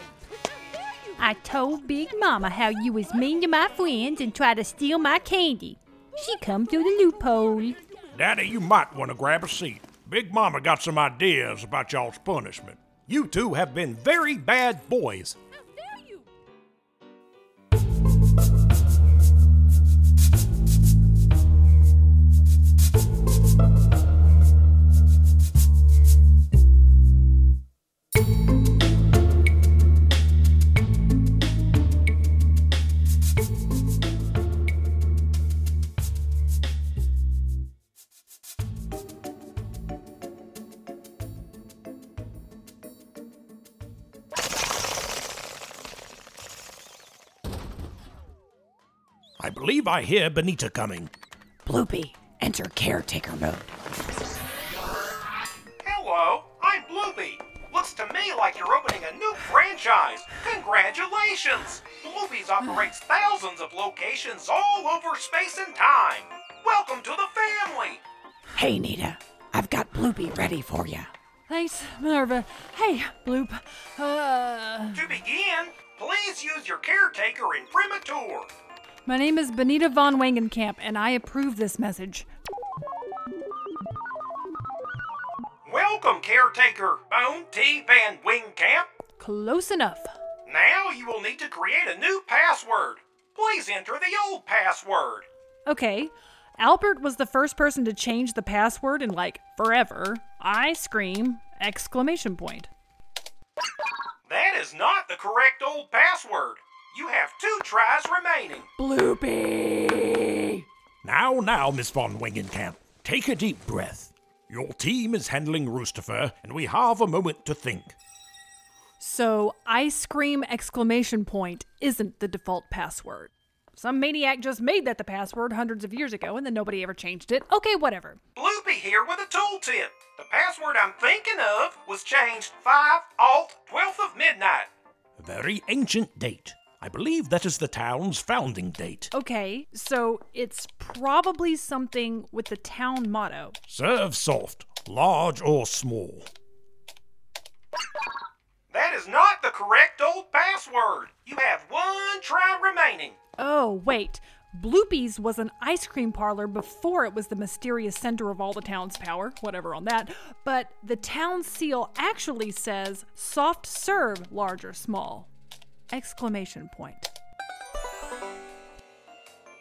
Speaker 20: I told Big Mama how you was mean to my friends and tried to steal my candy. She come through the loophole.
Speaker 1: Daddy, you might want to grab a seat. Big Mama got some ideas about y'all's punishment.
Speaker 2: You two have been very bad boys. I believe I hear Benita coming.
Speaker 6: Bloopy, enter caretaker mode.
Speaker 16: Hello, I'm Bloopy. Looks to me like you're opening a new franchise. Congratulations! Bloopy's operates thousands of locations all over space and time. Welcome to the family!
Speaker 6: Hey, Nita, I've got Bloopy ready for you.
Speaker 7: Thanks, Minerva. Hey, Bloop. Uh,
Speaker 16: To begin, please use your caretaker in Primatur.
Speaker 5: My name is Benita von Wangenkamp, and I approve this message.
Speaker 16: Welcome, caretaker Bone T. Van Wingcamp.
Speaker 5: Close enough.
Speaker 16: Now you will need to create a new password. Please enter the old password.
Speaker 5: Okay, Albert was the first person to change the password in like forever. I scream! Exclamation point.
Speaker 16: That is not the correct old password. You have two tries remaining.
Speaker 2: Bloopy! Now, now, Miss von Wingenkamp, take a deep breath. Your team is handling Roosterfer, and we have a moment to think.
Speaker 5: So, I scream! Exclamation point isn't the default password. Some maniac just made that the password hundreds of years ago, and then nobody ever changed it. Okay, whatever.
Speaker 16: Bloopy here with a tooltip. The password I'm thinking of was changed 5 alt 12th of midnight.
Speaker 2: A very ancient date.
Speaker 1: I believe that is the town's founding date.
Speaker 5: Okay, so it's probably something with the town motto.
Speaker 1: Serve soft, large or small.
Speaker 16: That is not the correct old password. You have one try remaining.
Speaker 5: Oh, wait. Bloopy's was an ice cream parlor before it was the mysterious center of all the town's power, whatever on that. But the town seal actually says soft serve large or small. Exclamation point.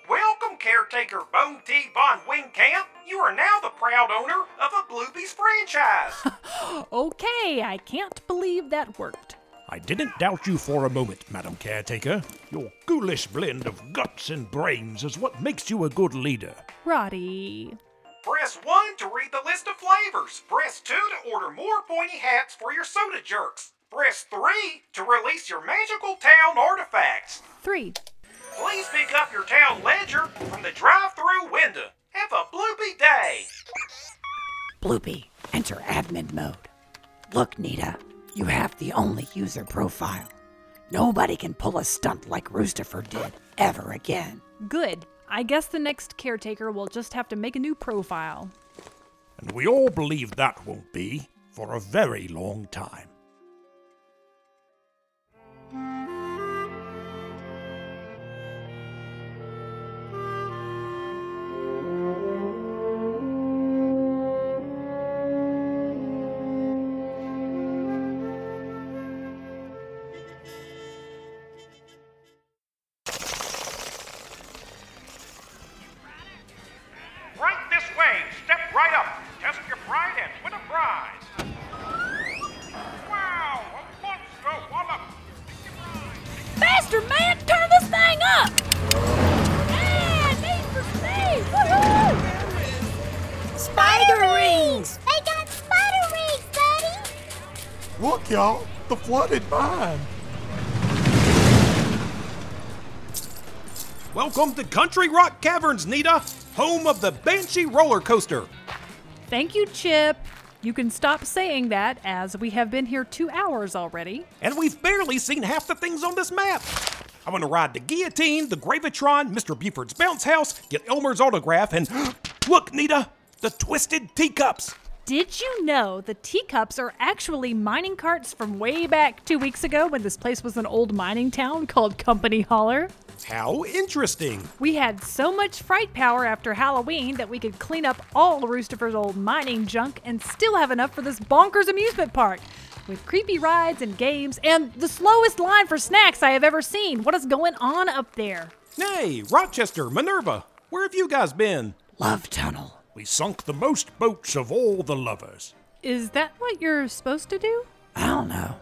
Speaker 16: Welcome, caretaker Bone T. Von Wingcamp. You are now the proud owner of a Bloopy's franchise.
Speaker 5: okay, I can't believe that worked.
Speaker 1: I didn't doubt you for a moment, Madam Caretaker. Your ghoulish blend of guts and brains is what makes you a good leader.
Speaker 5: Roddy.
Speaker 16: Press 1 to read the list of flavors. Press 2 to order more pointy hats for your soda jerks. Press 3 to release your magical town artifacts.
Speaker 5: 3.
Speaker 16: Please pick up your town ledger from the drive through window. Have a bloopy day.
Speaker 6: Bloopy, enter admin mode. Look, Nita, you have the only user profile. Nobody can pull a stunt like Roosterford did ever again.
Speaker 5: Good. I guess the next caretaker will just have to make a new profile.
Speaker 1: And we all believe that won't be for a very long time.
Speaker 12: Look, y'all, the flooded mine.
Speaker 2: Welcome to Country Rock Caverns, Nita, home of the Banshee roller coaster.
Speaker 5: Thank you, Chip. You can stop saying that as we have been here two hours already.
Speaker 2: And we've barely seen half the things on this map. I want to ride the guillotine, the Gravitron, Mr. Buford's bounce house, get Elmer's autograph, and look, Nita, the twisted teacups.
Speaker 5: Did you know the teacups are actually mining carts from way back two weeks ago when this place was an old mining town called Company Holler?
Speaker 2: How interesting!
Speaker 5: We had so much fright power after Halloween that we could clean up all Roosterford's old mining junk and still have enough for this bonkers amusement park. With creepy rides and games and the slowest line for snacks I have ever seen. What is going on up there?
Speaker 2: Hey, Rochester, Minerva, where have you guys been?
Speaker 6: Love Tunnel.
Speaker 1: We sunk the most boats of all the lovers.
Speaker 5: Is that what you're supposed to do?
Speaker 6: I don't know.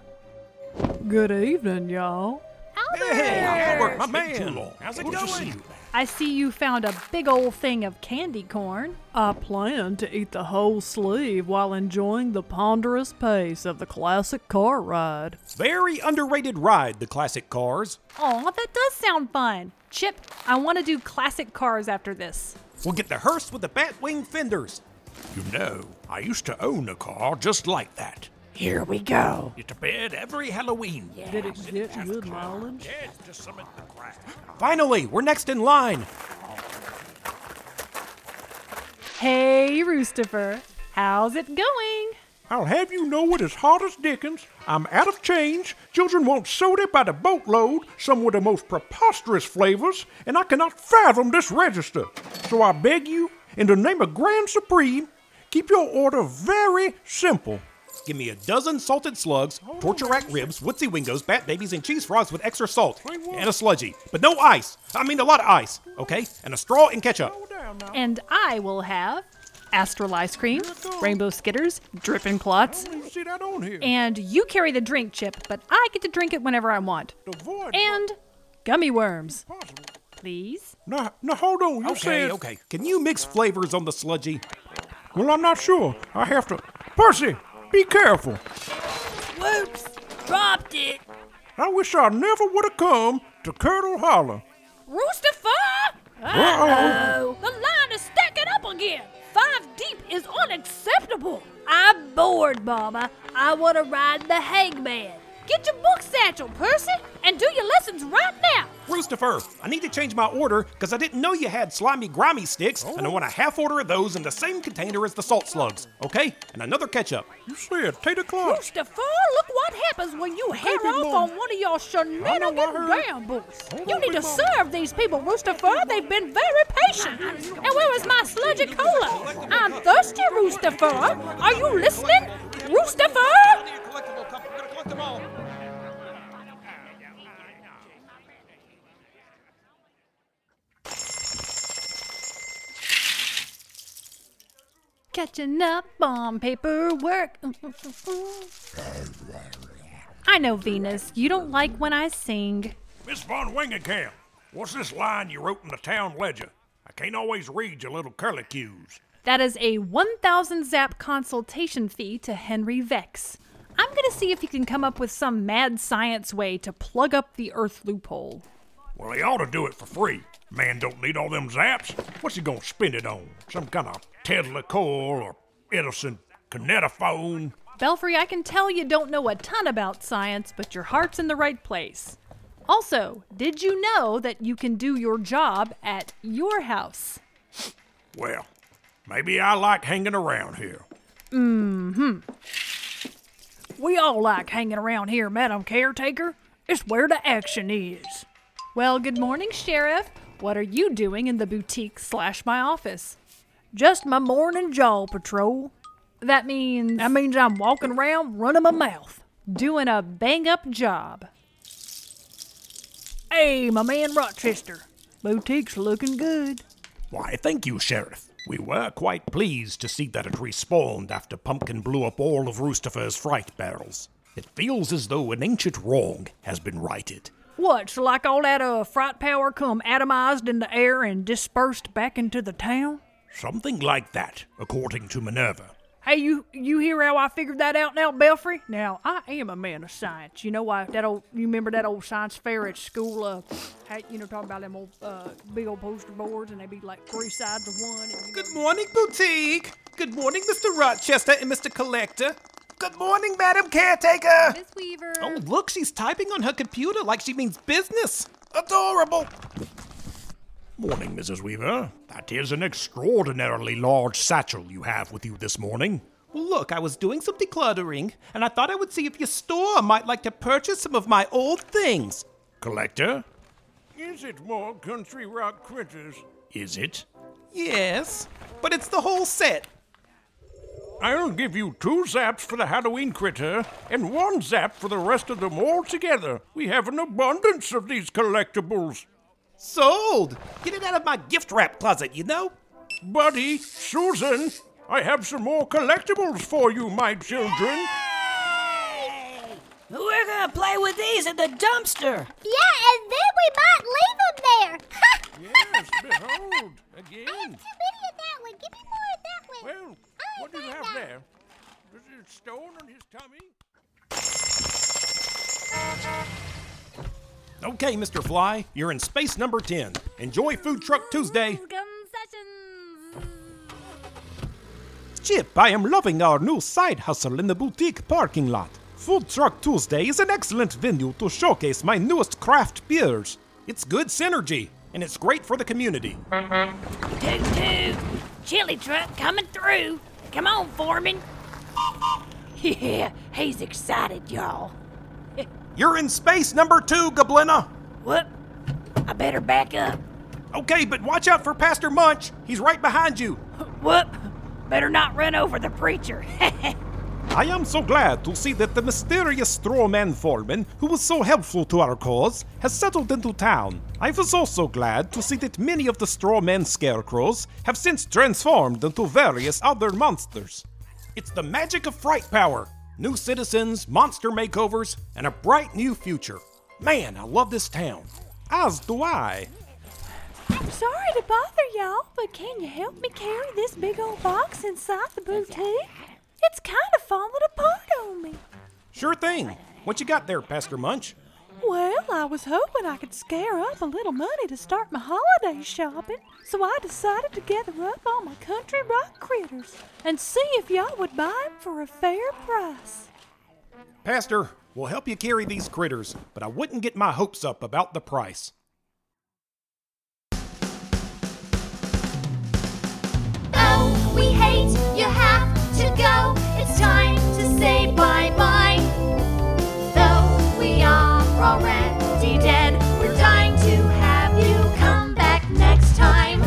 Speaker 7: Good evening, y'all.
Speaker 5: Albert! Hey, Albert,
Speaker 2: my man! How's it
Speaker 1: Good to
Speaker 2: going?
Speaker 1: see you.
Speaker 5: I see you found a big old thing of candy corn.
Speaker 7: I plan to eat the whole sleeve while enjoying the ponderous pace of the classic car ride.
Speaker 2: Very underrated ride, the classic cars.
Speaker 5: Aw, that does sound fun. Chip, I want to do classic cars after this.
Speaker 2: We'll get the hearse with the bat wing fenders.
Speaker 1: You know, I used to own a car just like that.
Speaker 6: Here we go.
Speaker 1: It appeared every Halloween.
Speaker 7: Did it get good mileage?
Speaker 1: to summit the crowd.
Speaker 2: Finally, we're next in line.
Speaker 5: Hey, Roostifer, how's it going?
Speaker 14: I'll have you know it is hot as Dickens. I'm out of change. Children want soda by the boatload, some with the most preposterous flavors, and I cannot fathom this register. So I beg you, in the name of Grand Supreme, keep your order very simple.
Speaker 2: Give me a dozen salted slugs, torture rack ribs, wootsy wingos, bat babies, and cheese frogs with extra salt. And a sludgy. But no ice. I mean, a lot of ice. Okay? And a straw and ketchup.
Speaker 5: And I will have Astral ice cream, rainbow skitters, dripping clots.
Speaker 14: See that on here?
Speaker 5: And you carry the drink, Chip, but I get to drink it whenever I want. And gummy worms. Please?
Speaker 14: Now, now hold on. You
Speaker 2: Okay,
Speaker 14: said,
Speaker 2: okay. Can you mix flavors on the sludgy?
Speaker 14: Well, I'm not sure. I have to. Percy, be careful.
Speaker 4: Whoops! Dropped it!
Speaker 14: I wish I never would have come to Colonel Holler.
Speaker 3: Roosterfire!
Speaker 14: Uh-oh.
Speaker 3: The line is stacking up again. Five deep is unacceptable. I'm bored, Mama.
Speaker 4: I want to ride the hangman.
Speaker 3: Get your book satchel, Percy, and do your lessons right now.
Speaker 2: Roosterfer, I need to change my order because I didn't know you had slimy grimy sticks, and I want a half order of those in the same container as the salt slugs, okay? And another ketchup.
Speaker 14: You said tater clutch.
Speaker 3: Rooster Four, look what happens when you hair
Speaker 14: Big
Speaker 3: off
Speaker 14: Mom.
Speaker 3: on one of your shenanigan rambles. You
Speaker 14: on,
Speaker 3: need
Speaker 14: Big
Speaker 3: to serve these people, Rooster Four. They've been very patient. And where is my sludgy cola? I'm thirsty, Rooster Four. Are you listening? Rooster Four?
Speaker 5: Catching up on paperwork. I know, Venus, you don't like when I sing.
Speaker 1: Miss Von Wingenkamp, what's this line you wrote in the town ledger? I can't always read your little curlicues.
Speaker 5: That is a 1,000 Zap consultation fee to Henry Vex. I'm gonna see if he can come up with some mad science way to plug up the Earth loophole.
Speaker 1: Well, he ought to do it for free. Man don't need all them zaps. What's he gonna spend it on? Some kind of Tesla coil or Edison kinetophone?
Speaker 5: Belfry, I can tell you don't know a ton about science, but your heart's in the right place. Also, did you know that you can do your job at your house?
Speaker 1: Well, maybe I like hanging around here.
Speaker 7: Mm-hmm. We all like hanging around here, Madam Caretaker. It's where the action is.
Speaker 5: Well, good morning, Sheriff. What are you doing in the boutique slash my office?
Speaker 7: Just my morning jaw patrol.
Speaker 5: That means
Speaker 7: That means I'm walking around running my mouth.
Speaker 5: doing a bang up job.
Speaker 7: Hey, my man Rochester. Boutique's looking good.
Speaker 1: Why, thank you, Sheriff. We were quite pleased to see that it respawned after Pumpkin blew up all of Roosterfer's fright barrels. It feels as though an ancient wrong has been righted.
Speaker 7: What, so like all that uh, fright power come atomized in the air and dispersed back into the town?
Speaker 1: Something like that, according to Minerva.
Speaker 7: Hey, you you hear how I figured that out now, Belfry? Now I am a man of science. You know why that old you remember that old science fair at school? Uh, had, you know talking about them old uh, big old poster boards and they be like three sides of one. And, you
Speaker 2: Good morning, boutique. Good morning, Mr. Rochester and Mr. Collector. Good morning, Madam Caretaker.
Speaker 5: Miss Weaver.
Speaker 2: Oh, look, she's typing on her computer like she means business.
Speaker 1: Adorable. Morning, Mrs. Weaver. That is an extraordinarily large satchel you have with you this morning.
Speaker 2: Well, look, I was doing some decluttering, and I thought I would see if your store might like to purchase some of my old things.
Speaker 1: Collector,
Speaker 14: Is it more country rock critters?
Speaker 1: is it?
Speaker 2: Yes, but it's the whole set.
Speaker 14: I'll give you two zaps for the Halloween critter and one zap for the rest of them all together. We have an abundance of these collectibles.
Speaker 2: Sold! Get it out of my gift wrap closet, you know?
Speaker 14: Buddy, Susan, I have some more collectibles for you, my children.
Speaker 4: We're gonna play with these in the dumpster.
Speaker 21: Yeah, and then we might leave them there.
Speaker 14: yes, behold, again. I
Speaker 21: have too many of that one. Give me more of that one.
Speaker 14: Well, what do you have there? Is it a stone on his tummy?
Speaker 2: Okay, Mr. Fly, you're in space number 10. Enjoy Food Truck Tuesday. Chip, I am loving our new side hustle in the boutique parking lot. Food Truck Tuesday is an excellent venue to showcase my newest craft beers. It's good synergy, and it's great for the community.
Speaker 4: Toot toot. Chili truck coming through. Come on, Foreman. Yeah, he's excited, y'all.
Speaker 2: You're in space number two, Goblina!
Speaker 4: Whoop. I better back up.
Speaker 2: Okay, but watch out for Pastor Munch. He's right behind you.
Speaker 4: Whoop. Better not run over the preacher.
Speaker 2: I am so glad to see that the mysterious straw man foreman, who was so helpful to our cause, has settled into town. I was also glad to see that many of the straw man scarecrows have since transformed into various other monsters. It's the magic of fright power new citizens, monster makeovers, and a bright new future. Man, I love this town. As do I.
Speaker 9: I'm sorry to bother y'all, but can you help me carry this big old box inside the boutique? It's kind of falling apart on me.
Speaker 2: Sure thing. What you got there, Pastor Munch?
Speaker 9: Well, I was hoping I could scare up a little money to start my holiday shopping, so I decided to gather up all my country rock critters and see if y'all would buy 'em for a fair price.
Speaker 2: Pastor, We'll help you carry these critters, but I wouldn't get my hopes up about the price.
Speaker 21: Oh, we hate you have to go. It's time to say bye bye. Though we are already dead, we're dying to have you come back next time.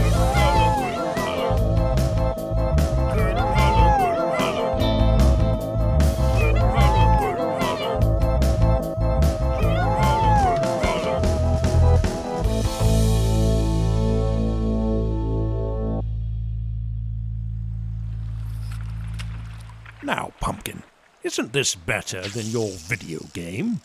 Speaker 1: Now, Pumpkin, isn't this better than your video game?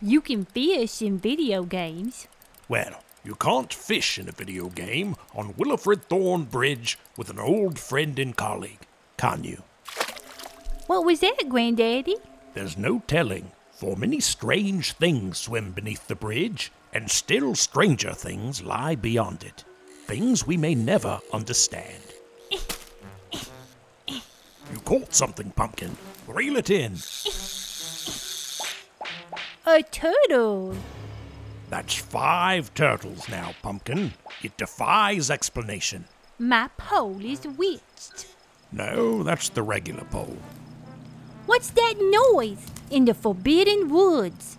Speaker 9: You can fish in video games.
Speaker 1: Well, you can't fish in a video game on Willifred Thorn Bridge with an old friend and colleague, can you?
Speaker 9: What was that, Granddaddy?
Speaker 1: There's no telling, for many strange things swim beneath the bridge, and still stranger things lie beyond it. Things we may never understand. You caught something, Pumpkin. Reel it in.
Speaker 9: A turtle.
Speaker 1: That's five turtles now, Pumpkin. It defies explanation.
Speaker 9: My pole is witched.
Speaker 1: No, that's the regular pole.
Speaker 9: What's that noise in the forbidden woods?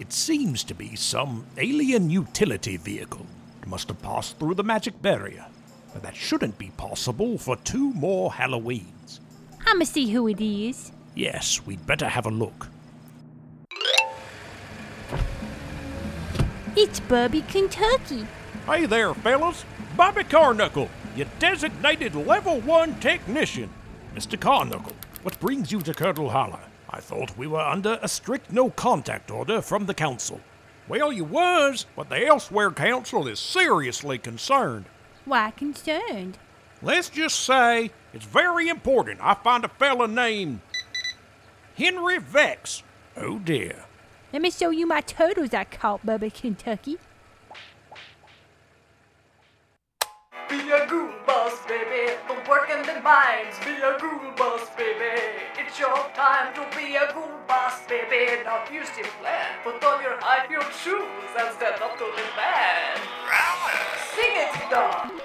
Speaker 1: It seems to be some alien utility vehicle. It must have passed through the magic barrier. But that shouldn't be possible for two more Halloweens.
Speaker 9: I'ma see who it is.
Speaker 1: Yes, we'd better have a look.
Speaker 9: It's Bubby Kentucky.
Speaker 14: Hey there, fellas. Bobby Carnuckle, your designated level one technician.
Speaker 1: Mr. Carnuckle, what brings you to Curdle Hollow? I thought we were under a strict no contact order from the council.
Speaker 14: Well, you was, but the Elsewhere Council is seriously concerned.
Speaker 9: Why concerned?
Speaker 14: Let's just say it's very important I find a fella named Henry Vex.
Speaker 1: Oh dear.
Speaker 9: Let me show you my turtles I caught, Bubba Kentucky.
Speaker 8: Be a ghoul boss, baby. The work in the mines. Be a ghoul boss, baby. It's your time to be a ghoul boss, baby. Now here's the plan. Put on your high heeled shoes and stand up to the man. Sing it, dog.